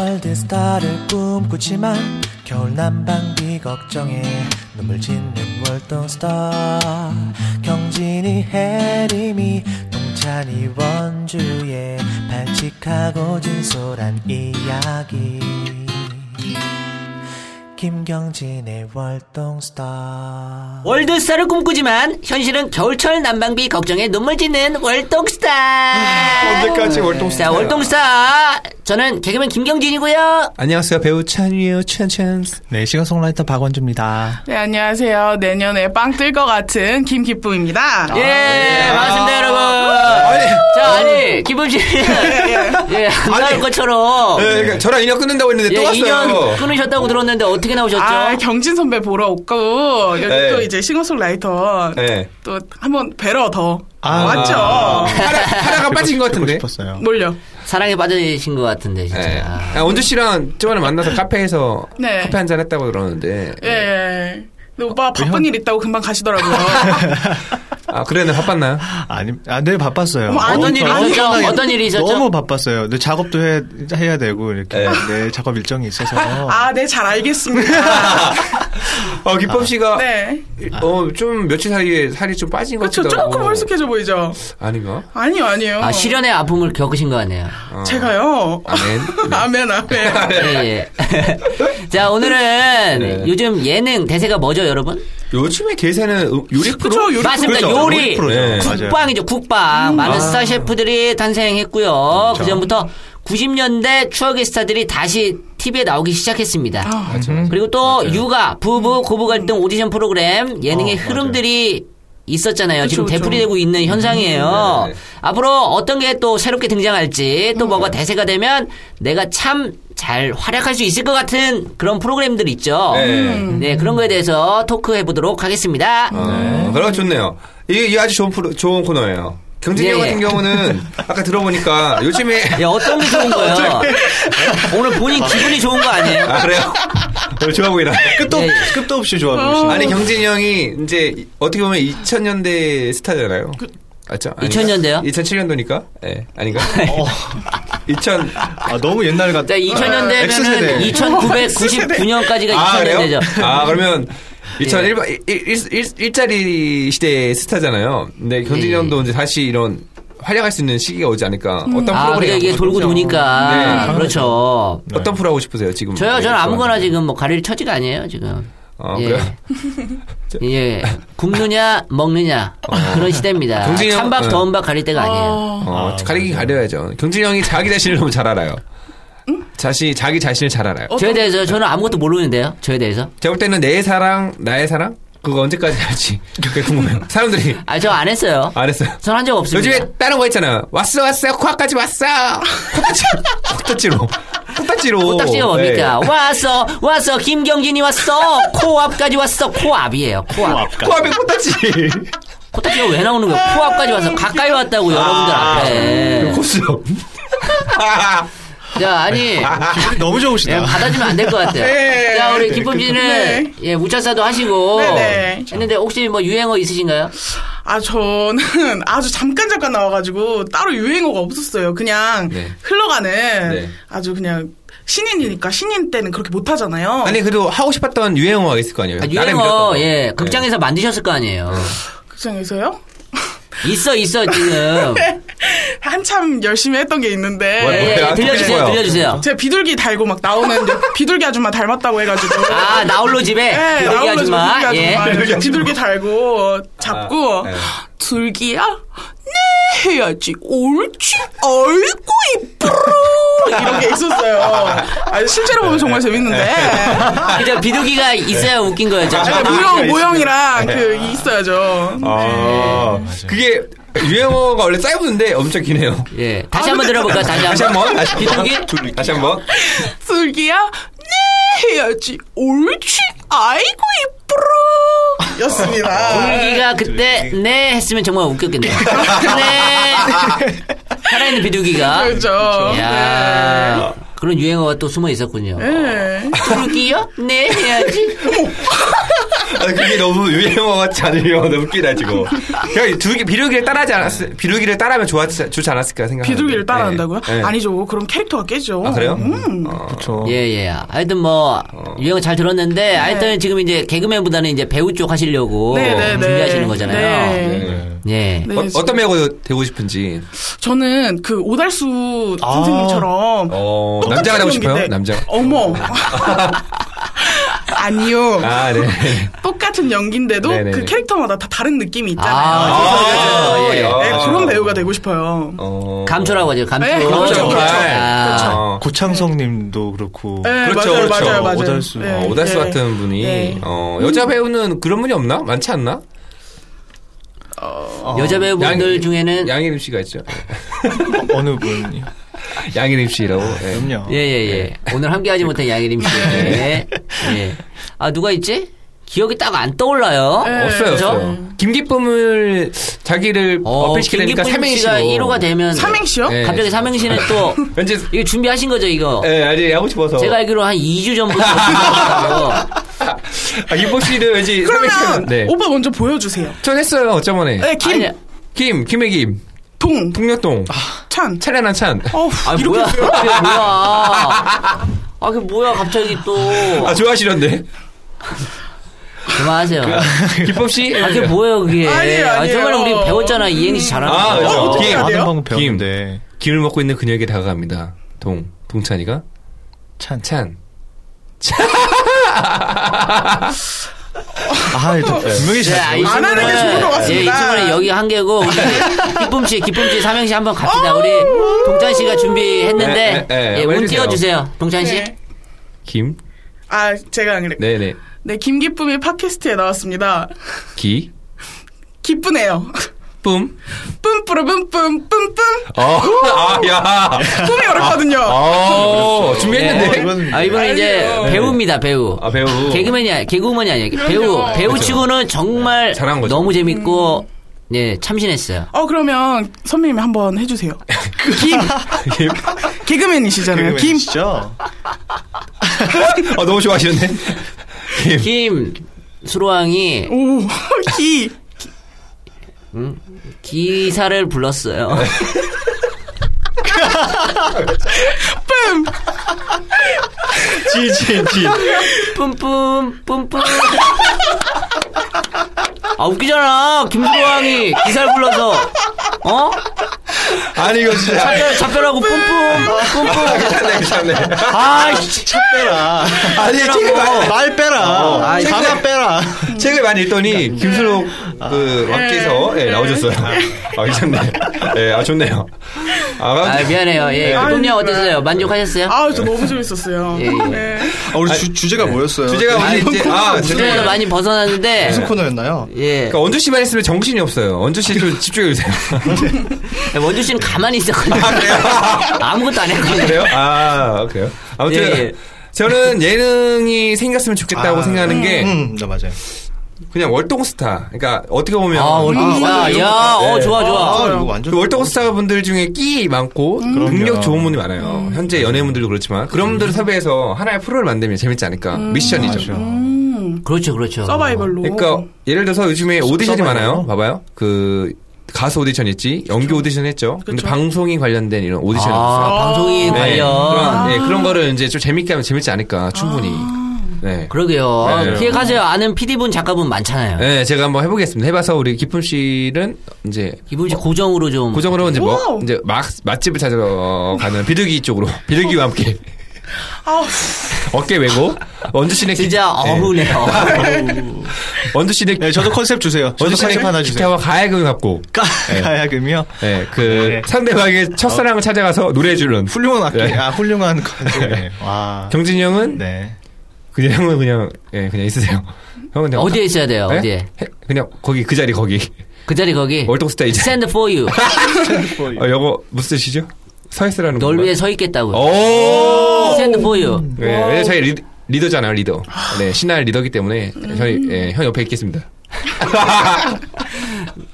월드스타를 꿈꾸지만 겨울 난방비 걱정에 눈물 짓는 월동스타 경진이 해림이 동찬이 원주의 발칙하고 진솔한 이야기 김경진의 월동스타 월드스타를 꿈꾸지만 현실은 겨울철 난방비 걱정에 눈물 짓는 월동스타. 언제까지 자, 월동스타? 월동스타. 저는 개그맨 김경진이고요. 안녕하세요 배우 찬이에요 찬찬. 네 시간송라이터 박원주입니다 네, 안녕하세요. 내년에 빵 뜰 것 같은 김기쁨입니다. 예, 반갑습니다, 여러분. 아, 아니, 자, 아니, 김범 씨. 예, 안 나올 아니. 것처럼. 예, 그러니까 저랑 인연 끊는다고 했는데 예, 또 왔어요. 2년 끊으셨다고 들었는데 어떻게 나오셨죠? 아, 경진 선배 보러 왔고, 여기 네. 또 이제 싱어송라이터 네. 또 한번 뵈러 더 아. 왔죠. 하나, 하나가 아, 빠진 것 같은데. 뭐- 싶었어요. 뭘요? 사랑에 빠져신 것 같은데, 진짜. 예. 아. 아, 원주 씨랑 저번에 만나서 카페에서 네. 커피 한잔 했다고 들었는데. 예. 예. 근데 오빠 바쁜 일 있다고 금방 가시더라고요. 아, 그래는 바빴나요? 아니, 아, 네, 바빴어요. 어머, 어떤 일이 아니, 있었죠? 엄청나게 어떤 일이 있었죠? 너무 바빴어요. 근데 작업도 해, 해야 되고, 이렇게. 네, 작업 일정이 있어서. 아, 네, 잘 알겠습니다. 어, 기범 씨가 아, 네. 어, 좀 며칠 사이에 살이 좀 빠진 것 그렇죠. 같기도 조금 하고. 멀숙해져 보이죠? 아닌가? 아니요, 아니에요. 아, 실현의 아픔을 겪으신 것 같네요. 어. 제가요. 아멘. 아멘, 아멘. 예, 예. 자, 오늘은 네. 요즘 예능 대세가 뭐죠, 여러분? 요즘에 대세는 음- 요리 프로. 그쵸, 요리 맞습니다. 요리. 프로죠. 요리 프로죠. 네. 맞아요. 국방이죠, 국방. 많은 스타 셰프들이 탄생했고요. 그 전부터 90년대 추억의 스타들이 다시 TV에 나오기 시작했습니다. 그리고 또 육아, 부부, 고부 갈등 오디션 프로그램 예능의 흐름들이 있었잖아요. 지금 그쵸. 되풀이되고 있는 현상이에요. 네, 네. 앞으로 어떤 게 또 새롭게 등장할지 또 뭐가 대세가 되면 내가 참 잘 활약할 수 있을 것 같은 그런 프로그램들 있죠. 네. 네, 그런 거에 대해서 토크해 보도록 하겠습니다. 어, 그런 거 좋네요. 이게, 이게 아주 좋은 프로, 좋은 코너예요. 경진이 예, 예. 형 같은 경우는 아까 들어보니까 요즘에 야, 어떤 게 좋은 거예요? 오늘 본인 기분이 좋은 거 아니에요? 아 예. 그래요? 오늘 좋아 보이나? 끝도, 네. 끝도 없이 좋아하고 아니 경진이 형이 이제 어떻게 보면 2000년대 스타잖아요. 맞죠? 2000년대 요? 어. 2007년도니까? 예, 아닌가? 2000 아, 너무 옛날 같다. 아, 자, 2000년대면은 X세대. 2999년까지가 아, 그래요? 2000년대죠. 예. 아, 그러면 2001, 일, 일, 일, 일자리 시대의 스타잖아요. 근데 예, 경진이 예. 형도 이제 다시 이런 활약할 수 있는 시기가 오지 않을까. 어떤 아, 프로그램 그렇죠. 그러니까 이게 돌고 도니까. 네. 그렇죠. 어떤 프로 하고 싶으세요, 지금? 저요, 네, 저는 아무거나 좋아하는. 지금 뭐 가릴 처지가 아니에요, 지금. 어, 예. 그래요? 예. 굽느냐, 먹느냐. 그런 시대입니다. 동진이 형- 찬밥, 어. 네. 더운 밥 가릴 때가 아니에요. 어, 가리긴 가려야죠. 경진이 형이 자기 자신을 너무 잘 알아요. 자신, 자기 자신을 잘 알아요. 저에 대해서 저는 아무것도 모르는데요. 저에 대해서. 제가 볼 때는 내 사랑, 나의 사랑? 그거 언제까지 할지. 그게 궁금해요. 사람들이 아, 저 안 했어요. 안 했어요. 전 한 적 없습니다. 요즘에 다른 거 있잖아요. 왔어, 왔어, 코앞까지 왔어. 코딱지로. 코딱지로. 코딱지가 뭡니까? 네. 왔어, 왔어, 김경진이 왔어, 코앞까지 왔어, 코앞이에요, 코앞. 코앞에 코딱지. 코딱지가 왜 나오는 거예요? 코앞까지 왔어, 가까이 왔다고, 여러분들 아. 앞에. 코수염. 자, 아니, 기분이 너무 예, 좋으시다. 받아주면 안 될 것 같아요. 네. 자, 우리 네, 김범진은, 예, 우차사도 하시고, 네, 네. 했는데 혹시 뭐 유행어 있으신가요? 아, 저는 아주 잠깐 잠깐 나와가지고 따로 유행어가 없었어요. 그냥 네. 흘러가는 네. 아주 그냥 신인이니까 신인 때는 그렇게 못하잖아요. 아니, 그래도 하고 싶었던 유행어가 있을 거 아니에요? 아, 나름 믿었던 유행어, 거. 네. 예, 극장에서 만드셨을 거 아니에요. 그 극장에서요? 있어, 있어, 지금. 한참 열심히 했던 게 있는데 뭐야, 예, 예, 뭐야, 들려주세요, 뭐야. 들려주세요. 아, 제가 비둘기 달고 막 나오는 비둘기 아줌마 닮았다고 해가지고 아, 나홀로 집에, 예, 여기 나오는 아줌마, 비둘기 예. 아줌마 이렇게 비둘기 달고 잡고 아, 예. 둘기야 네 해야지 옳지 알고 이쁘로 이런 게 있었어요. 아, 실제로 보면 정말 재밌는데 네. 그죠, 비둘기가 있어야 웃긴 거였죠. 아니, 모형 모형이랑 네. 그 있어야죠. 아, 그게 유행어가 원래 짧은데 엄청 기네요. 예. 다시 한번 들어볼까요? 다시 한 번. 다시 한 번. 다시 비둘기? 다시 한 번. 아, 슬기야 네 해야지 옳지 아이고 이쁘로 였습니다. 비둘기가 그때 네 했으면 정말 웃겼겠네요. 네. 살아있는 비둘기가. 그렇죠. 야 그런 아, 유행어가 또 숨어 있었군요. 네. 비둘기요? 네 해야지. 아, 그게 너무 유행어 같지 않으려 너무 웃기다 지금. 그냥 두 개, 비둘기를 따라하지 않았 비둘기를 따라하면 좋았 좋지 않았을까 생각. 비둘기를 따라한다고요? 아니죠. 그럼 캐릭터가 깨죠. 네. 아 그래요? 음. 어. 그렇죠. 예, 예. 하여튼 뭐, 유행어 잘 들었는데, 하여튼 지금 이제 개그맨보다는 이제 배우 쪽 하시려고 네, 네, 네. 준비하시는 거잖아요. 네. 네. 예. 네, 어, 어떤 배우 되고 싶은지. 저는 그 오달수 선생님처럼 아. 어, 똑같은 남자가 되고 싶어요? 연기인데- 남자. 어머. 아니요. 아 네. 똑같은 연기인데도 네네네. 그 캐릭터마다 다 다른 느낌이 있잖아요. 아, 그래서 아, 예. 네, 그런 배우가 되고 싶어요. 어. 감초라고 하죠. 감초. 네, 그렇죠. 그렇죠. 아. 어. 고창성님도 그렇고 네, 그렇죠, 맞아요, 그렇죠. 맞아요, 맞아요. 오달수. 네, 어, 오다스 네. 같은 분이 네. 어, 여자 배우는 그런 분이 없나? 많지 않나? 여자 배우분들 양- 중에는 양혜림 씨가 있죠. 어느 분이요? 양혜림 씨라고. 예. 그럼요. 예예예. 오늘 함께하지 못한 양혜림 씨. 예. 예. 아 누가 있지? 기억이 딱 안 떠올라요. 네. 없어요, 그죠? 없어요. 김기쁨을 자기를 어, 어, 필시키려니까 김기쁨 삼행시로. 씨가 1호가 되면 예. 삼행시요? 네. 갑자기 삼행시는 또 왠지 이거 준비하신 거죠 이거? 예, 아니 하고 싶어서. 제가 알기로 한 2주 전부터 준비하셨다고. 아, 김보 씨는 왠지 그러면 삼행시- 네. 오빠 먼저 보여주세요. 전 했어요, 어쩌면에. 네, 아니, 김, 김, 김의 김. 동, 동력동. 찬. 찬란한 찬. 어우, 아 이렇게 뭐야? 그게 뭐야? 아, 그 뭐야, 갑자기 또. 아, 좋아하시던데. 그만하세요. 김범 씨? 아, 그게 뭐예요, 그게. 아니에요, 아, 저번에 아니에요. 우리 배웠잖아. 이행시 잘하는 아, 거. 그렇죠. 어떻게 해야 많은 돼요? 방법 배웠는데 김을 먹고 있는 그녀에게 다가갑니다. 동. 동찬이가? 찬. 찬. 아, 이거 분명히 자, 잘. 이 요 네, 안 하는 게 친구는- 좋을 것 같습니다. 예, 이 친구는 여기 한 개고, 우리 기쁨 씨, 기쁨 씨, 삼행 씨 한번 갑시다. 우리 동찬 씨가 준비했는데, 네, 네, 네. 예, 운 해주세요. 띄워주세요. 동찬 씨. 네. 김. 아, 제가 안 그래. 네. 네네. 김기쁨이 팟캐스트에 나왔습니다. 기. 기쁘네요. 뿜. 뿜뿌르 뿜뿜 뿜뿜. 어. 아, 야. 꿈이 어렵거든요. 어. 그렇죠. 준비했는데. 이건 아, 이분은 이제 아니에요. 배우입니다, 배우. 네. 아, 배우. 개그맨이 아니, 개그우먼이 아니에요. 배우. 그럼요. 배우 그렇죠. 네, 치고는 정말 잘한 거죠. 너무 음. 재밌고, 예, 참신했어요. 어, 그러면 선배님이 한번 해주세요. 김. 개그맨이시잖아요. 김. 김이시죠? 아, 너무 좋아하시는데. 김. 김, 수로왕이 오, 기. 기사를 불렀어요. 지지지. 뿜뿜 뿜뿜. 아 웃기잖아. 김수로왕이 기사를 불러서 어 아니, 이거 진짜. 작별 작별하고 뿜뿜 뿜뿜. 괜찮네, 괜찮네. 아 차 빼라. 아니, 책을 많이, 말 빼라. 아이, 가나 빼라. 책을 많이 읽더니, 김수록, 그, 왁께서, 예, 나오셨어요. 아, 괜찮네. 예, 아, 좋네요. 아, 아, 미안해요. 예, 네. 기쁨님 어땠어요? 만족하셨어요? 아, 저 너무 재밌었어요. 예, 예. 네. 아, 우리 주, 주제가 뭐였어요? 주제가 네. 우리 이제, 아, 무슨 죄송해요. 거보다 많이 벗어났는데 무슨 아, 코너였나요? 예 그러니까 원주 씨만 했으면 정신이 없어요. 원주 씨 좀 집중해 주세요. 원주 씨는 가만히 있었거든요. 아무것도 안 했거든요. 그래요? 아, 그래요? 아무튼. 예, 예. 저는 예능이 생겼으면 좋겠다고 아, 생각하는 게 음, 네, 맞아요. 그냥 월동 스타. 그러니까 어떻게 보면 아 아, 월동스타. 이런 야, 거. 어 네. 좋아 좋아. 아, 이거 완전. 그 월동 스타 분들 중에 끼 많고 능력 그럼요. 좋은 분이 많아요. 현재 연예인분들도 그렇지만 그런 분들을 섭외해서 하나의 프로를 만들면 재밌지 않을까 미션이죠. 아, 음, 그렇죠 그렇죠. 서바이벌로. 그러니까 예를 들어서 요즘에 오디션이 써봐요. 많아요. 봐봐요. 그 가수 오디션 있지, 연기 오디션 했죠. 근데 그쵸. 방송이 관련된 이런 오디션이 있어요. 아 방송인 네, 관련. 그런, 네, 그런 거를 이제 좀 재밌게 하면 재밌지 않을까 충분히. 네. 그러게요. 네, 아, 네. 기획하세요. 아는 PD분, 작가분 많잖아요. 네, 제가 한번 해보겠습니다. 해봐서 우리 기쁨 씨는 이제 이분 이제 고정으로 좀. 고정으로 이제 뭐 와우. 이제 막 맛집을 찾으러 가는 비둘기 쪽으로 비둘기와 함께 아우, 어깨 왜고 원주 씨네 기- 진짜 네. 어우네요. 원두 씨네 네, 저도 컨셉 주세요. 저도 원두 컨셉 하나 씨네 주세요. 네. 기타와 가야금을 갖고 가, 가야금이요? 예, 그 상대방의 첫사랑을 찾아가서 노래해 주는 네. 어. 훌륭한 악기, 네. 네. 아, 훌륭한 컨셉. 와. 경진이 형은 네. 그냥 형은 그냥 예, 그냥 있으세요. 형은 그냥 어디에 있어야 돼요, 예? 어디에? 해- 그냥 거기 그 자리 거기 그 자리 거기. 월동 스테이지. Stand for you. 아, 어, 요거 무슨 뜻이죠? 서 있으라는 거. 널 위해 서 있겠다고. 어. 오. Stand for you. 예, 왜냐면 저희 리, 리더잖아요, 리더. 네, 신하의 리더기 때문에 저희 예, 형 옆에 있겠습니다.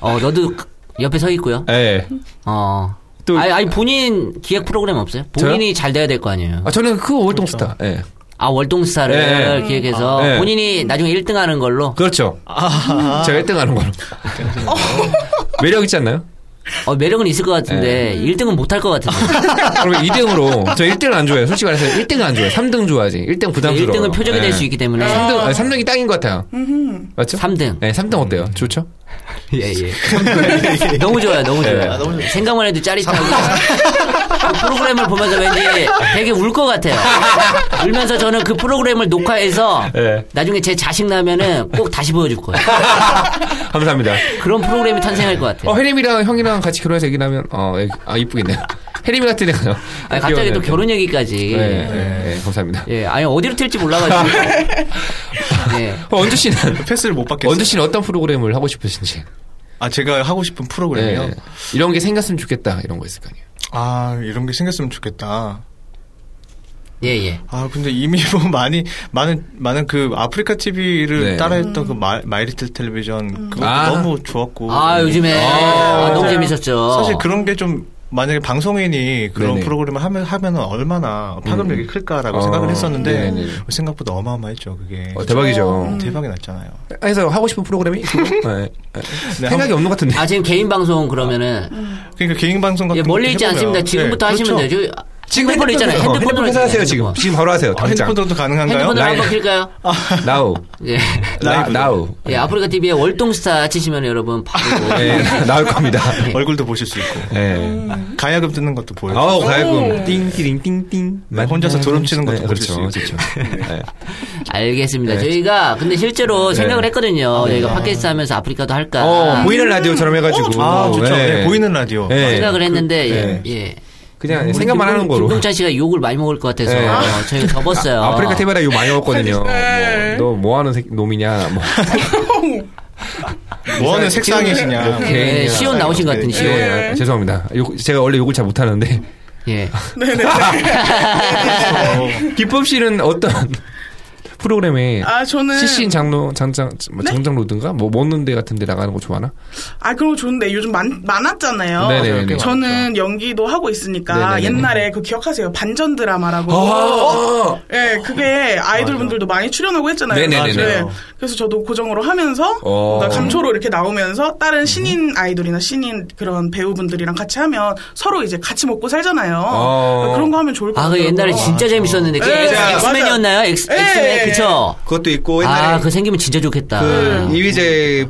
어, 너도 옆에 서 있고요. 예. 어. 또- 아니, 아니, 본인 기획 프로그램 없어요? 본인이 잘 돼야 될 거 아니에요. 아, 저는 그 월동 스타. 예. 아 월동스타를 예, 예. 기획해서 아, 예. 본인이 나중에 1등하는 걸로 그렇죠. 제가 1등하는 걸로. 매력 있지 않나요? 어, 매력은 있을 것 같은데 네. 1등은 못할 것 같은데 그러면 2등으로 저 1등을 안 좋아해요. 솔직히 말해서 1등을 안 좋아해요. 3등 좋아하지. 1등 부담스러워. 네, 1등은 표적이 될 수 있기 때문에 네. 3등, 아니, 3등이 땅인 것 같아요. 맞죠? 3등 네, 3등 어때요? 좋죠? 너무 좋아요 너무 좋아요 예. 생각만 해도 짜릿하고 그 프로그램을 보면서 왠지 되게 울 것 같아요 울면서 저는 그 프로그램을 녹화해서 예. 나중에 제 자식 나면은 꼭 다시 보여줄 거예요 감사합니다. 그런 프로그램이 탄생할 것 같아요 어, 혜림이랑 형이랑 같이 결혼해서 얘기하면, 어, 예, 아, 이쁘겠네요. 혜림 같은 애가요. 네. 아니, 갑자기 또 결혼 얘기까지 예, 예, 예, 감사합니다. 예, 아니 어디로 튈지 몰라가지고. 예. 어, 원주 씨는, 패스를 못 받겠어요. 원주 씨는 어떤 프로그램을 하고 싶으신지. 아 제가 하고 싶은 프로그램이요. 예. 이런 게 생겼으면 좋겠다. 이런 거 있을 거 아니에요. 아 이런 게 생겼으면 좋겠다. 예, 예. 아 근데 이미 뭐 많이 많은 많은 그 아프리카 TV를 네. 따라했던 그 마, 마이리틀 텔레비전 그것도 아. 너무 좋았고. 아, 요즘에. 아, 너무 재밌었죠. 사실 그런 게 좀 만약에 방송인이 그런 어. 네네. 음. 프로그램을 하면 하면은 얼마나 파급력이 클까라고 생각을 했었는데 어. 네네네. 생각보다 어마어마했죠 그게 어, 음. 대박이죠. 대박이 났잖아요. 해서 하고 싶은 프로그램이 있고 네. 생각이 한번- 없는 것 같은데. 아, 지금 개인 방송 그러면은. 그러니까 개인 방송 뭐 같은 예, 멀리 것도 있지 해보면- 않습니다. 지금부터 네, 하시면 그렇죠. 되죠. 핸드폰 있잖아요. 어, 핸드폰으로 핸드폰 하세요 해주세요, 지금. 음, 네. 핸드폰. 지금 바로 하세요. 아, 당장. 핸드폰으로도 가능한가요? 핸드폰으로 라이브. 한번 킬까요? 아. 나우. 예. 라이브. 나우. 예, 아프리카 TV에 월동스타 치시면 여러분 바로. 예, 나올 겁니다. 얼굴도 보실 수 있고 예. 음. 음. 가야금 뜨는 것도 보여요. 아우 가야금. 띵띠링 띵띵. 네, 혼자서 드럼 치는 것도 보실 그렇죠. 수 그렇죠. 네. 알겠습니다. 네. 아, 저희가 근데 실제로 생각을 했거든요. 저희가 팟캐스트 하면서 아프리카도 할까. 뭐 어, 보이는 라디오처럼 해가지고. 아 좋죠. 예. 네, 보이는 라디오. 예. 생각을 했는데, 네. 예. 예. 그냥 생각만 하는 거로. 김동찬 씨가 욕을 많이 먹을 것 같아서 네. 어, 저희가 접었어요. 아, 아프리카 테마라 이거 많이 먹었거든요. 네. 너 뭐 하는 새- 놈이냐. 뭐. 뭐하는 색상이시냐. 오케이. 예, 예, 네. 시온 나오신 것 같은 예. 시온. 예. 예, 죄송합니다. 욕- 제가 원래 욕을 잘 못하는데. 아, 어, 기법 씨는 어떤 네. 프로그램에 아, 저는. CC인 장로 장장 뭐 장장로든가 뭐 먹는 데 같은 데 나가는 거 좋아하나? 아, 그런 거 좋은데 요즘 많, 많았잖아요. 네네네. 저는 연기도 하고 있으니까 네네네네. 옛날에 그 기억하세요? 반전 드라마라고. 아, 어! 예, 그게 아이돌 분들도 많이 출연하고 했잖아요. 네네네네. 예, 그래서 저도 고정으로 하면서 어. 뭔가 감초로 이렇게 나오면서 다른 신인 아이돌이나 신인 그런 배우분들이랑 같이 하면 서로 이제 같이 먹고 살잖아요. 그러니까 어. 그런 거 하면 좋을 것 아, 같아요. 그 옛날에 진짜 재밌었는데. 네, 그게 예, 맞아요. 엑스맨이었나요? 엑스, 예, 엑스맨, 예, 그쵸? 그것도 있고 아, 네. 옛날에 그거 생기면 진짜 좋겠다. 음. 그 이휘재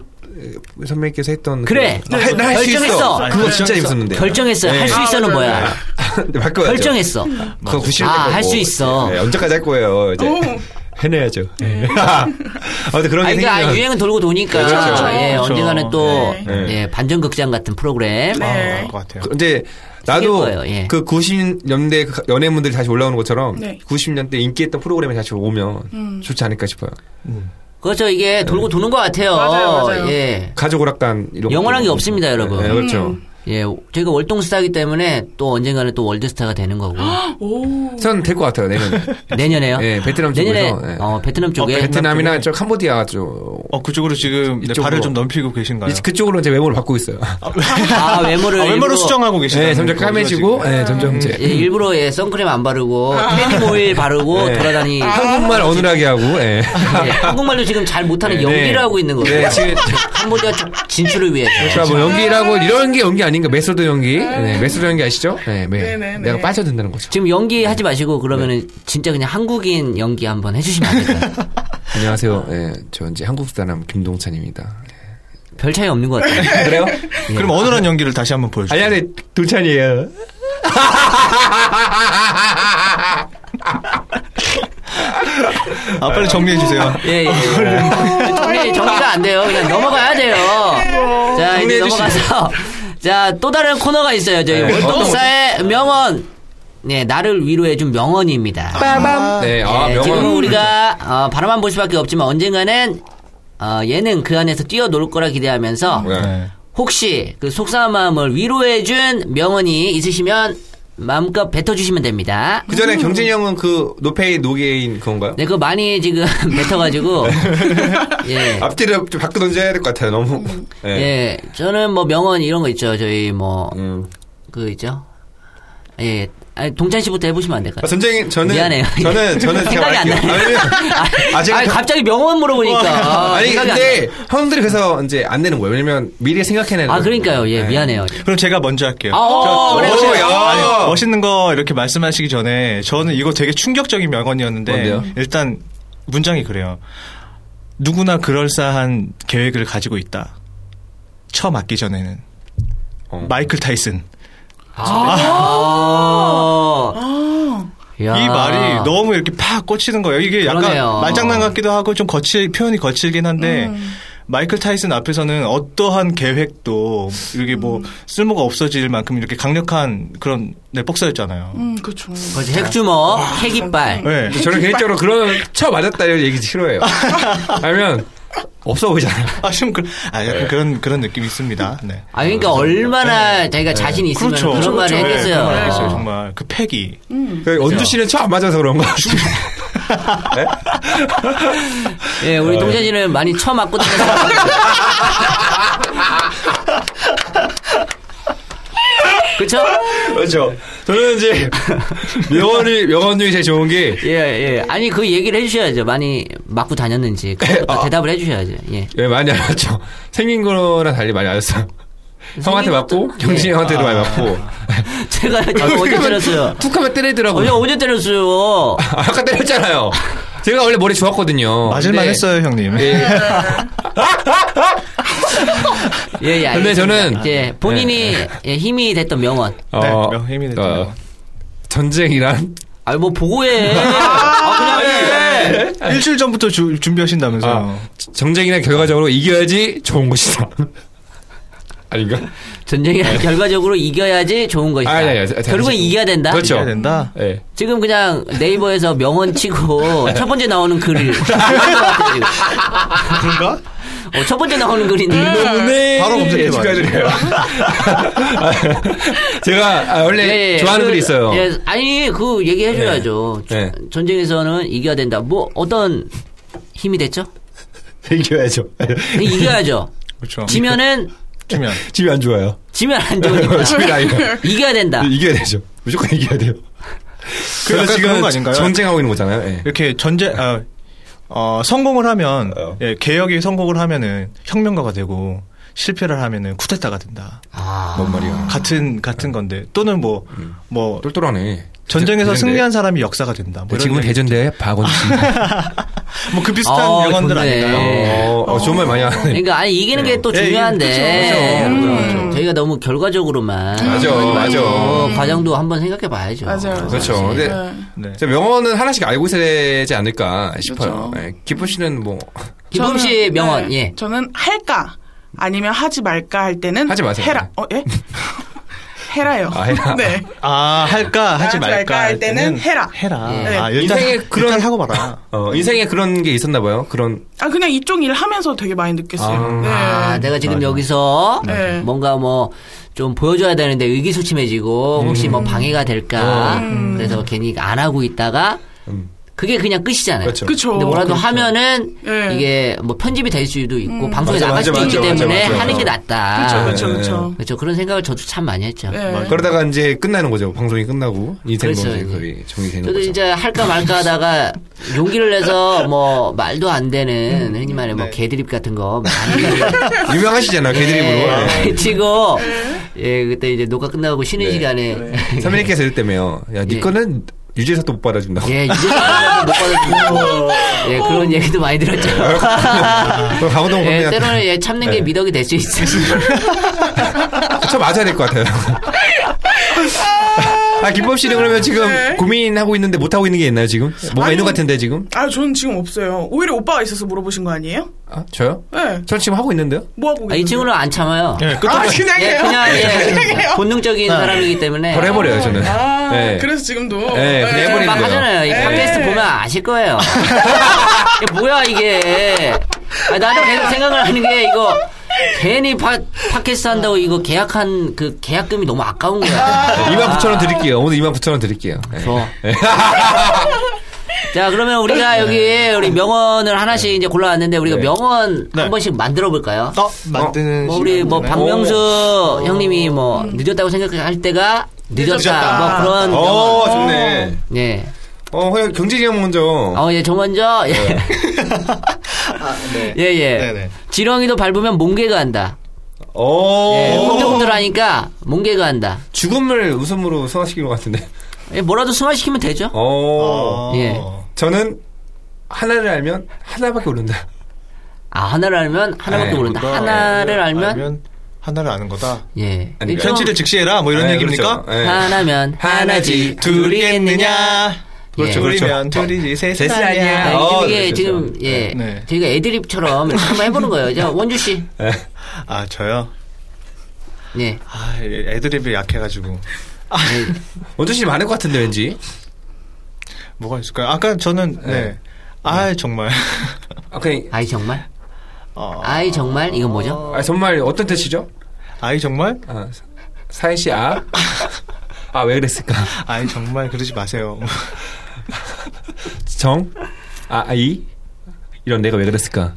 선배님께서 했던 아, 그래. 나할수 결정했어. 있어. 아, 그거 진짜 재밌었는데. 네. 결정했어요. 할 수 아, 있어는 맞아요. 뭐야? 근데 바꿔야죠. 음. 결정했어. 그거 90일 아, 할수 있어. 네, 언제까지 할 거예요. 이제 오. 해내야죠. 네. 아무튼 그런 게 아니, 그러니까 생기면 유행은 돌고 도니까. 그렇죠. 예, 그렇죠. 언젠가는 또, 네. 예, 반전극장 같은 프로그램. 네. 아, 나올 것 같아요. 그- 이제 나도 생길 거예요, 예. 그 90년대 그 연예인분들이 다시 올라오는 것처럼 네. 90년대 인기했던 프로그램에 다시 오면 좋지 않을까 싶어요. 그렇죠. 네. 이게 돌고 도는 것 같아요. 맞아요, 맞아요. 예. 가족 오락관 이런 영원한 게 것도 없습니다, 여러분. 네, 그렇죠. 예, 저희가 월동스타이기 때문에 또 언젠가는 또 월드스타가 되는 거고. 오. 전 될 것 같아요, 내년. 내년에요? 예, 베트남 내년에, 쪽에서, 예. 어, 베트남 쪽에. 베트남이나 저 캄보디아 쪽. 어 그쪽으로 지금 네, 이쪽으로. 발을 좀 넘피고 계신가요? 이제 그쪽으로 이제 외모를 바꾸고 있어요. 아, 외모를. 아, 외모로 일부러- 수정하고 계시나요? 예, 점점 까매지고, 예, 점점 이제. 예, 일부러 예, 선크림 안 바르고, 아. 태닝 오일 바르고, 예. 돌아다니. 한국말 어눌하게 하고, 예. 예, 한국말로 지금 잘 못하는 네. 연기를 하고 있는 거예요. 네, 지금- 캄보디아 쪽 진출을 위해. 자, 뭐 연기라고 이런 게 연기 아닌가? 메소드 연기. 네, 메소드 연기 아시죠? 네, 네. 네네네. 내가 빠져든다는 거죠. 지금 연기 하지 마시고, 네. 그러면은 진짜 그냥 한국인 연기 한번 해주시면 안 될까요? 안녕하세요. 예, 저 이제 한국 사람 김동찬입니다. 별 차이 없는 것 같아요. 그래요? 예. 그럼 어눌한 연기를 다시 한번 보여주세요. 안녕하세요. 동찬이에요. 아 빨리 정리해 주세요. 예, 예. 아, 예. 정리, 정리가 안 돼요. 그냥 넘어가야 돼요. 자, 이제 네. 정리해 주시죠. 넘어가서. 자, 또 다른 코너가 있어요. 저희 네, 월동사의 명언. 네, 나를 위로해준 명언입니다. 빠밤. 네, 아, 예, 명언. 지금 우리가 어, 바라만 볼 수밖에 없지만 언젠가는 어, 예능 그 안에서 뛰어놀 거라 기대하면서 네. 혹시 그 속상한 마음을 위로해준 명언이 있으시면 마음껏 뱉어주시면 됩니다. 그 전에 경진이 형은 그 노페이 노게인 그건가요? 네, 그거 많이 지금 뱉어가지고 예. 앞뒤를 좀 바꿔 던져야 될 것 같아요. 너무. 예. 예, 저는 뭐 명언 이런 거 있죠. 저희 뭐, 음. 그 있죠. 예, 아니, 동찬 씨부터 해보시면 안 될까요? 아, 선생님 저는 미안해요. 저는 저는 생각이 안 제가 나요. 말할게요. 아니면- 아, 제가 아니, 더- 갑자기 명언 물어보니까. 아니 생각이 안 근데 형들이 그래서 이제 안 되는 거예요. 왜냐면 미리 생각해내는. 나. 아, 그러니까요. 예, 네. 미안해요. 그럼 제가 먼저 할게요. 아, 어, 저- 그래, 어, 그래. 야. 아니, 멋있는 거 이렇게 말씀하시기 전에 저는 이거 되게 충격적인 명언이었는데 뭔데요? 일단 문장이 그래요. 누구나 그럴싸한 계획을 가지고 있다. 처 맞기 전에는 어. 마이클 타이슨 아. 야. 이 말이 너무 이렇게 팍 꽂히는 거예요. 이게 약간 그러네요. 말장난 같기도 하고 좀 거칠 표현이 거칠긴 한데 마이클 타이슨 앞에서는 어떠한 계획도 이렇게 뭐 쓸모가 없어질 만큼 이렇게 강력한 그런 네, 복사였잖아요. 음, 그렇죠. 그렇지, 핵주먹, 아, 핵이빨. 네. 저는 개인적으로 그런 쳐 맞았다 이런 얘기 싫어해요. 아니면 없어 보이잖아요. 아, 좀 그, 아, 약간 그런 그런 느낌이 있습니다. 네. 아, 그러니까 얼마나 자기가 자신이 있으면 그렇죠. 그런 말을 그렇죠. 네, 했겠어요. 그런 말을 했어요, 정말 그 패기. 그 언두 씨는 쳐 안 맞아서 그런가? 예, 네. 우리 동찬 씨는 많이 쳐맞고 다녔어요. 그쵸? 그렇죠. 저는 이제 명언이 명언 중에 제일 좋은 게 예, 예. 아니, 그 얘기를 해주셔야죠. 많이 맞고 다녔는지. 그것부터 아. 대답을 해주셔야죠. 예. 예, 많이 안 맞죠. 생긴 거랑 달리 많이 맞았어요. 형한테 맞고 것도- 네. 경진이 형한테도 많이 맞고. 아, 제가, 제가 언제 때렸어요? 툭하면 어, 제가 때리더라고요. 언제 때렸어요? 아, 아까 때렸잖아요. 제가 원래 머리 좋았거든요. 맞을만 네. 근데- 했어요, 형님. 예. 예, 예. 근데 알겠습니다. 저는- 예, 네. 본인이 예, 힘이 됐던 명언. 어, 명- 힘이 됐죠. 전쟁이란 아니, 뭐, 보고해. 아, 그냥 해. 일주일 전부터 주- 준비하신다면서요. 아, 전쟁이란 결과적으로 이겨야지 좋은 것이다. 아닌가? 네. 전쟁이란 결과적으로 이겨야지 좋은 것이다. 아, 예, 예. 결국은 잠시- 이겨야 된다. 그렇죠. 해야 된다. 예. 지금 그냥 네이버에서 명언 치고 첫 번째 나오는 글을 그런가? 어, 첫 번째 나오는 글인데 네. 바로 검색해봐요. 축하드려요. 제가 아, 원래 예, 예. 좋아하는 그, 글이 있어요. 예, 아니 그 얘기해 줘야죠. 예. 예. 전쟁에서는 이겨야 된다. 뭐 어떤 힘이 됐죠? 이겨야죠. 이겨야죠. 그렇죠. 지면은 주면. 집이 안 좋아요. 지면 안 좋으니까 집이 안 좋아요. 이겨야 된다. 이겨야 되죠. 무조건 이겨야 돼요. 약간 그러니까 그런 거 아닌가요? 전쟁하고 있는 거잖아요. 예. 이렇게 전쟁 아, 어, 성공을 하면 어. 예, 개혁이 성공을 하면은 혁명가가 되고 실패를 하면은 쿠데타가 된다. 아, 아. 뭔 아. 말이야. 같은 같은 건데 또는 뭐 뭐 음. 똘똘하네. 전쟁에서 대전대. 승리한 사람이 역사가 된다. 뭐 이런 지금은 아, 얘기. 대전대 박원순. 뭐그 비슷한 어, 명언들 좋네. 아닌가요? 어, 어, 좋은 말 많이 하네. 그러니까 아니 이기는 게 또 예, 중요한데 음. 그렇죠, 그렇죠, 그렇죠, 그렇죠. 저희가 너무 결과적으로만 맞아, 맞아. 어, 과정도 한번 생각해 봐야죠. 맞아요, 맞아요. 그렇죠. 근데 네. 제 명언은 하나씩 알고 있어야 되지 않을까 싶어요. 그렇죠. 예. 기쁜 씨는 뭐 기쁨 씨 저는, 명언 네, 예. 저는 할까 아니면 하지 말까 할 때는 하지 마세요. 네. 해라. 어 예? 해라요. 아, 해라. 네. 아 할까 하지 하지 말까 말까 할 때는 해라. 해라. 예. 아, 일단 인생에 일단 그런- 하고 봐라. 어, 인생에 그런 게 있었나 봐요. 그런 아 그냥 이쪽 일 하면서 되게 많이 느꼈어요. 아, 네. 내가 지금 여기서 네. 뭔가 뭐 좀 보여줘야 되는데 의기소침해지고 혹시 음. 뭐 방해가 될까 그래서 괜히 안 하고 있다가 어. 음. 그게 그냥 끝이잖아요. 그렇죠. 그쵸. 근데 뭐라도 하면은 네. 이게 뭐 편집이 될 수도 음. 있고 방송에 맞아, 나갈 수도 맞아, 있기 맞아, 때문에 맞아, 맞아. 하는 게 낫다. 그렇죠, 그렇죠. 그렇죠. 그런 생각을 저도 참 많이 했죠. 네. 그러다가 이제 끝나는 거죠. 방송이 끝나고 인생 그렇죠, 방송이 이제. 거의 정리되는 저도 거죠. 이제 할까 말까 하다가 용기를 내서 뭐 말도 안 되는 음. 흔히 말해 네. 뭐 개드립 같은 거 많이 유명하시잖아 개드립으로. 예, 치고 예 그때 이제 녹화 끝나고 쉬는 네. 시간에 선배님께서 이랬다며요. 야, 니 예. 거는 유지에서 또 못 받아준다고. 예 이제 못 받아주고 예 그런 얘기도 많이 들었죠. 그럼 네, 강호동 예 선배님. 때로는 예, 참는 네. 게 미덕이 될 수 있어. 저 맞아야 될 것 같아요. 아, 김범 씨는 그러면 지금 고민하고 있는데 못하고 있는 게 있나요, 지금? 뭔가 있는 네. 아니요. 것 같은데, 지금? 아 저는 지금 없어요. 오히려 오빠가 있어서 물어보신 거 아니에요? 아, 저요? 네. 전 지금 하고 있는데요? 뭐 하고 아, 이 계세요? 친구는 안 참아요. 네. 예, 끝. 아 그냥 예 해요. 그냥 예 해요. 본능적인 사람이기 때문에 바로 네. 해버려요, 저는. 네. 아 네. 그래서 지금도 네, 막 그냥 해버리는 거예요. 하잖아요. 이 예. 팟캐스트 보면 아실 거예요. 이게 뭐야 이게. 아, 나도 계속 생각을 하는 게 이거 괜히 팟, 팟캐스트 한다고 이거 계약한 그 계약금이 너무 아까운 거야. 29,000원 드릴게요. 오늘 29,000원 드릴게요. 네. 저. 자, 그러면 우리가 여기 우리 명언을 하나씩 이제 골라왔는데 우리가 네. 명언 네. 한 번씩 만들어 볼까요? 어, 만드는 뭐 우리 뭐 시간이잖아요. 박명수 형님이 뭐 늦었다고 생각할 때가 늦었다. 늦었다. 뭐 그런 어, 아. 경험. 좋네. 예. 어, 허영 경제지형 먼저. 어, 예, 저 먼저 예. 예, 예. 네네. 지렁이도 밟으면 몽개가 한다. 어. 네. 예, 흔들흔들하니까 몽개가 한다. 죽음을 웃음으로 승화시킨 것 같은데. 예, 뭐라도 승화시키면 되죠. 아. 어. 예. 저는 하나를 알면 하나밖에 모른다. 아, 하나를 알면 하나밖에 네, 모른다. 그거 하나를 알면, 하나를 아는 거다. 예. 아니, 이게 좀 현실을 직시해라 뭐 이런 네, 얘기입니까? 그렇죠. 예. 하나면 하나지 둘이겠느냐. 그렇죠, 예. 그렇죠. 둘이면 둘이지 셋이 셋은 아니야. 아, 아니야. 어, 이게 네, 지금 예 네. 저희가 애드립처럼 이렇게 한번 해보는 거예요. 자 원주 씨, 예. 아 저요. 예, 아 애드립이 약해가지고 원주 씨 많을 것 같은데 왠지. 뭐가 있을까요? 아까 저는 네. 아 정말. 아, 그냥 아이 정말, 어, 아이 정말 이건 뭐죠? 아, 정말 어떤 뜻이죠? 아이 정말? 아, 사- 사인 씨 아. 아, 왜 그랬을까? 아이 정말 그러지 마세요. 정. 아, 아, 이. 이런 내가 왜 그랬을까?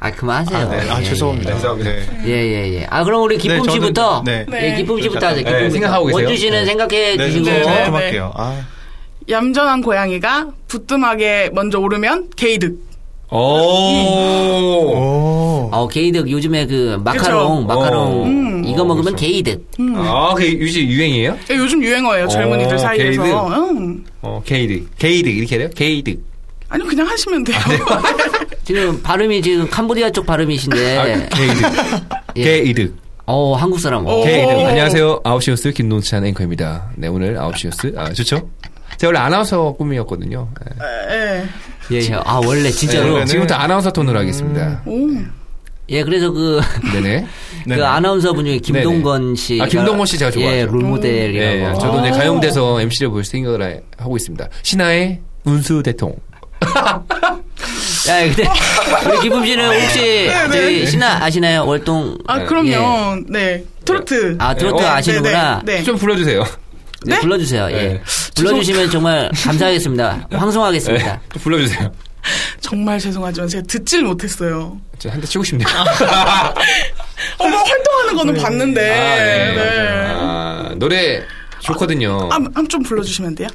아 그만하세요. 아, 네. 아 예, 죄송합니다. 죄송합니다. 네. 예, 예, 예. 아, 그럼 우리 기쁨 네, 저는- 씨부터. 네. 예, 기쁨 씨부터 하세요. 기쁨 네, 씨. 생각하고 계세요? 원주 씨는 네. 생각해 네, 주시고. 네, 네, 좀 네. 할게요. 아, 얌전한 고양이가 부뚜막에 먼저 오르면 게이득. 오. 오. 어, 게이득 요즘에 그 마카롱, 그쵸. 마카롱. 어. 음. 이거 먹으면 게이득. 아, 그 유지 유행이에요? 이게 요즘 유행어예요. 젊은이들 어, 사이에서. 게이득. 응. 어, 게이드. 게이드 이렇게 해야 돼요? 게이드. 아니 그냥 하시면 돼요. 지금 발음이 지금 캄보디아 쪽 아, 그 발음이신데. 게이드. 예. 게이드. 어, 한국 사람. 오. 게이드. 오. 안녕하세요. 아홉시오스 김동찬 앵커입니다. 네, 오늘 아홉시오스. 아, 좋죠? 제가 원래 아나운서 꿈이었거든요. 예. 예. 예, 예. 아, 원래 진짜로. 네, 네. 지금부터 아나운서 톤으로 하겠습니다. 오. 예, 그래서 그, 네네. 네. 그 아나운서 분 중에 김동건 씨. 아, 김동건 씨 제가 좋아하죠. 예, 롤모델이라고. 예, 저도 이제 가용돼서 MC를 볼 생각을 하- 하고 있습니다. 신하의 운수 대통. 예. 야, 근데, 우리 기쁨 아, 씨는 혹시, 저희 신나, 아시나요? 월동. 예. 아 그럼요. 네. 트로트. 아, 트로트 예. 네, 어, 아시는구나. 네, 네. 좀 불러주세요. 네, 네? 불러주세요. 예. 네. 불러주시면 정말 감사하겠습니다. 네, 황송하겠습니다. 좀 불러주세요. 정말 죄송하지만 제가 듣질 못했어요. 저 한 대 치고 싶네요. 아, 어머 활동하는 거는 봤는데. 아, 네, 네. 맞아요. 아, 노래 좋거든요. 아, 한좀 불러주시면 돼요?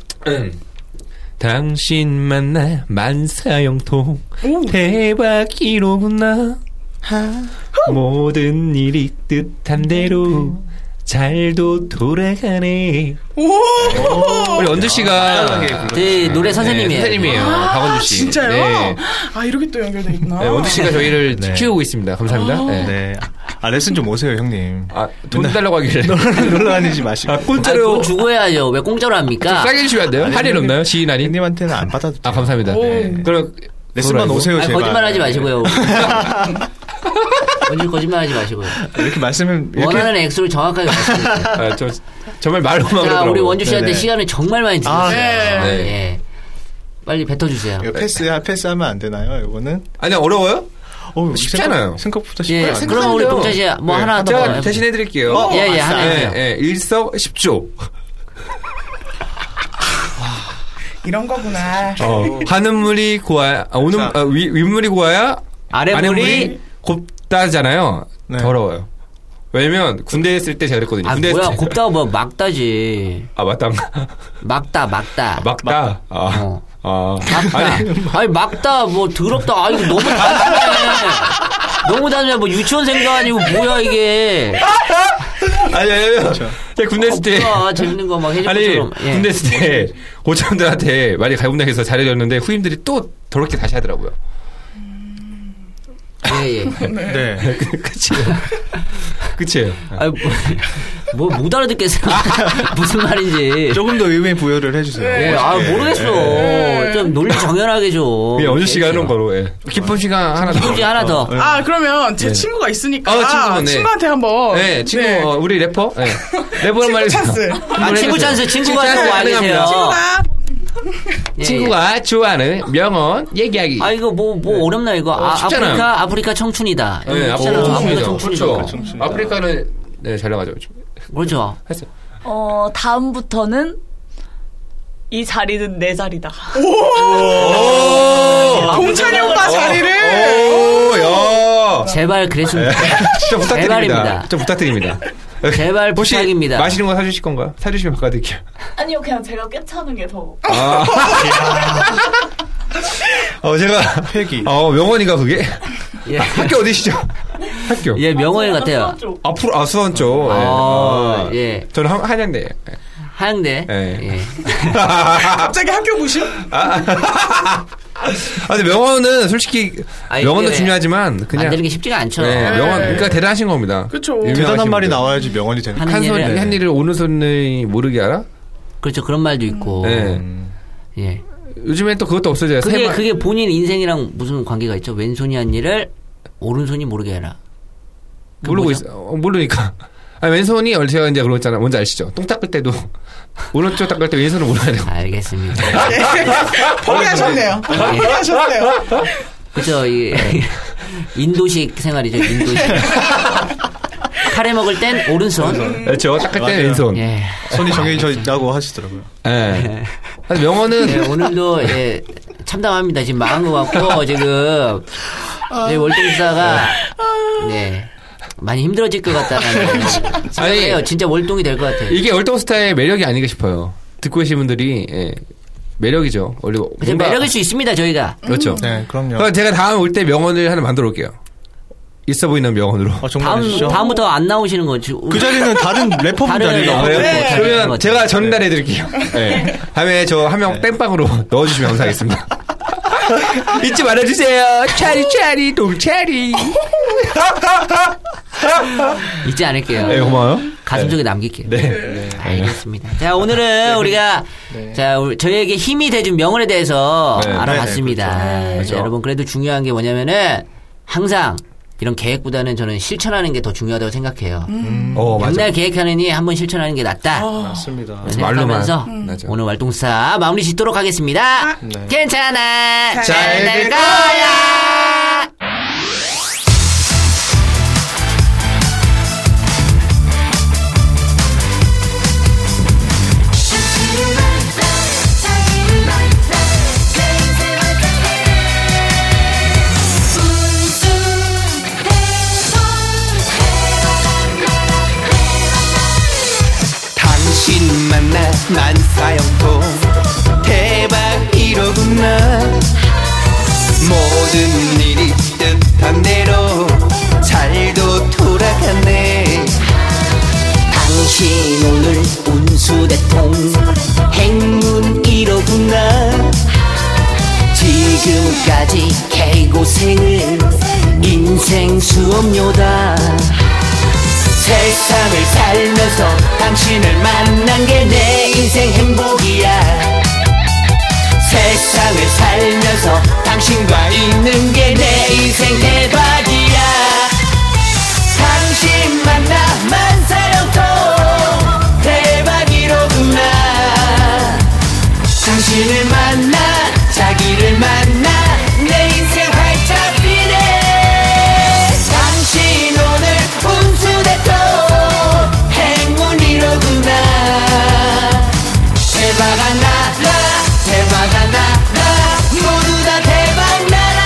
당신 만나 만사형통 오. 네. 대박이로구나 모든 일이 뜻함대로 네. 잘도 돌아가네 오. 어. 우리 언주 씨가 네, 저희 노래 선생님이에요. 선생님이에요. 박원주 아, 씨. 진짜요? 네. 아 이렇게 또 연결돼 있구나. 네, 원주 씨가 저희를 네. 키우고 있습니다. 감사합니다. 네. 네. 아 레슨 좀 오세요 형님. 아, 돈 달라고 하길래. 놀러 다니지 마시고. 아, 아니, 공짜로 그거 주고 해야죠. 왜 공짜로 합니까? 싸게 해주시면 안 돼요? 할인 없나요? 시인 할인? 형님한테는 안 받아도 돼요. 아, 감사합니다. 오. 그럼 그걸 레슨만 알고? 오세요 아니, 제발. 거짓말 네. 하지 마시고요. 먼저 거짓말 하지 마시고요. 이렇게 말씀을 이렇게 원하는 액수를 정확하게 말씀해주세요. 아, 저, 정말 말로만 자, 그러더라고요. 우리 원주 씨한테 네네. 시간을 정말 많이 드렸어요. 아, 네. 예. 빨리 뱉어주세요. 이거 패스야 패스하면 안 되나요? 이거는 아니 어려워요? 어우, 쉽잖아요. 생각, 보다 예. 쉽지 않아요. 그럼 우리 동찬 씨뭐 네. 하나 제가 더. 대신 해드릴게요. 어, 예, 예, 아싸. 하나 네. 해주세요. 예, 예. 일석 10조. 이런 거구나. 하는 물이 어, 고와야, 아, 오는, 자. 아, 위, 윗물이 고와야 아랫물이 곱다잖아요. 네. 더러워요. 왜냐면 군대 있을 때 제가 그랬거든요. 아, 군대 뭐야. 있을 때. 곱다, 뭐, 막다지. 아, 맞다. 막다, 막다. 막다. 아, 어. 아. 막다. 아니, 아니, 막다, 뭐, 더럽다. 아, 이거 너무 단순해. 너무 단순해. 뭐, 유치원생도 아니고, 뭐야, 이게. 아니, 아니, 아니. 제가 군대 있을 때. 아, 없다. 재밌는 거 막 해줄 아니 것처럼. 예. 군대 있을 때 고참들한테 많이 가군당해서 잘해줬는데 후임들이 또 더럽게 다시 하더라고요. 예, 예. 네. 끝이에요. 끝이에요. 아니, 뭐, 뭐, 못 알아듣겠어요. 무슨 말인지. 조금 더 의미 부여를 해주세요. 예, 아, 모르겠어. 좀 논리 정연하게 좀. 예, 어느 씨가 하는 거로. 네. 예. 기쁨 어. 씨가 하나 더. 김지 하나 더. 아 그러면 제 친구가 있으니까 아, 친구분, 네. 한테 한번 네, 친구 어, 우리 래퍼. 예. 래퍼란 친구 말이 찬스. 아, 아, 친구 찬스, 친구가 또 와 계세요. 친구가 예, 예. 친구가 좋아하는 명언 얘기하기. 아, 이거 뭐, 뭐, 어렵나, 이거. 아, 네. 쉽잖아요. 아프리카, 아프리카 청춘이다. 음, 예, 네, 쉽잖아요. 아프리카 아프리카 청춘이죠. 청춘이죠. 그렇죠. 아프리카는 네, 잘 나가죠. 좀. 그렇죠. 했어요. 어, 다음부터는 이 자리는 내 자리다. 동찬이 오빠 자리를 오, 야. 제발 그랬으면 좋겠다. 진짜 부탁드립니다. 대박입니다. 진짜 부탁드립니다. 제발 혹시 부탁입니다. 마시는 거 사주실 건가요? 사주시면 바꿔드릴게요. 아니요, 그냥 제가 꿰차는 게 더. 아. 어, 제가. 회기. 어, 명언인가, 그게? 예. 학교 어디시죠? 학교. 예, 명언 같아요. 쪽 앞으로, 아, 수원 쪽. 아, 예. 저는 한, 한양대. 네. 하양대. 예. 예. 갑자기 학교 부심? 아, 근데 명언은 솔직히, 아니, 명언도 이게 중요하지만, 그냥. 안 되는 게 쉽지가 않죠. 예. 네, 명언. 그러니까 대단하신 겁니다. 그쵸. 유명하신 대단한 말이 분들. 나와야지 명언이 되는. 하는 한 손, 일을- 한 일을 오는 손이 모르게 알아? 그렇죠. 그런 말도 있고. 네. 예. 요즘엔 또 그것도 없어져요. 그게 세마- 그게 본인 인생이랑 무슨 관계가 있죠? 왼손이 한 일을 오른손이 모르게 해라. 그 모르고 뭐죠? 있어. 어, 모르니까. 아, 왼손이 얼- 제가 이제 그러잖아. 뭔지 아시죠? 똥 닦을 때도 오른쪽 닦을 때 왼손을 몰라야 되고. 알겠습니다. 어, 포기하셨네요. 포기하셨네요. 그죠? 이 네. 인도식 생활이죠. 인도식. 카레 먹을 땐 오른손. 그렇죠. 닦을 때 맞아요. 왼손. 예. 네, 예. 손이 정해져 있다고 하시더라고요. 사실 명언은 예, 오늘도 예, 참담합니다. 지금 망한 것 같고 지금 네, 월동사가 네 많이 힘들어질 것 같다는 생각해요. 아니. 진짜 월동이 될 것 같아요. 이게 얼동스타의 매력이 아닌가 싶어요. 듣고 계신 분들이 예. 매력이죠. 원래 그래서 뭔가- 매력일 수 있습니다. 저희가 그렇죠. 네, 그럼요. 그럼 제가 다음 올 때 명언을 하나 만들어 올게요. 있어 보이는 명언으로. 아, 정말 다음 해주시죠. 다음부터 안 나오시는 거죠. 그 자리는 다른 래퍼분 아, 다른 자리가 래퍼. 없어요. 네. 그러면 뭐 제가 전달해 드릴게요. 네. 다음에 저 한 명 땜빵으로 넣어주시면 감사하겠습니다. 잊지 말아주세요. 차리 차리 동차리. 잊지 않을게요. 네, 고마워요. 가슴 속에 남길게요. 네. 알겠습니다. 자, 오늘은 우리가 자, 우리- 저희에게 힘이 돼준 명언에 대해서 네. 알아봤습니다. 자, 그렇죠. 여러분 그래도 중요한 게 뭐냐면은 항상 이런 계획보다는 저는 실천하는 게 더 중요하다고 생각해요. 어 맞아. 맨날 계획하느니 한번 실천하는 게 낫다. 아, 맞습니다. 말로만. 생각하면서 음. 맞아. 오늘 활동사 마무리 짓도록 하겠습니다. 괜찮아. 잘 잘 될 될 거야. 당신 만나 난 사형통 대박이로구나 모든 일이 뜻한 대로 잘도 돌아갔네 당신 오늘 운수대통 행운이로구나 지금까지 개고생을 인생 수업료다 세상을 살면서 당신을 만난 게 내 인생 행복이야 세상을 살면서 당신과 있는 게 내 인생 대박이야 당신 만나 만사형통 대박이로구나 당신을 만나 자기를 만나 내 인생 활짝 피네 당신 오늘 운수대도 행운이로구나 대박아 나라 대박아 나라 모두 다 대박 나라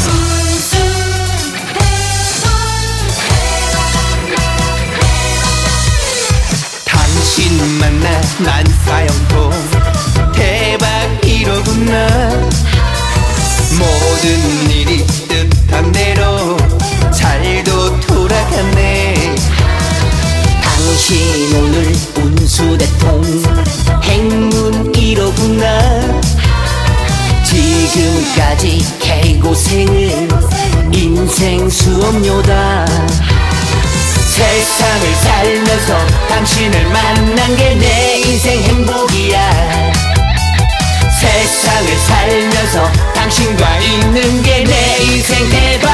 운수 당신 만나 난 사형통 대박이로구나 모든 일이 뜻한 대로 잘도 돌아갔네 당신 오늘 운수대통 행운이로구나 지금까지 개고생을 인생 수업료다 세상을 살면서 당신을 만난 게 내 인생 행복이야 세상을 살면서 당신과 있는 게 내 인생 대박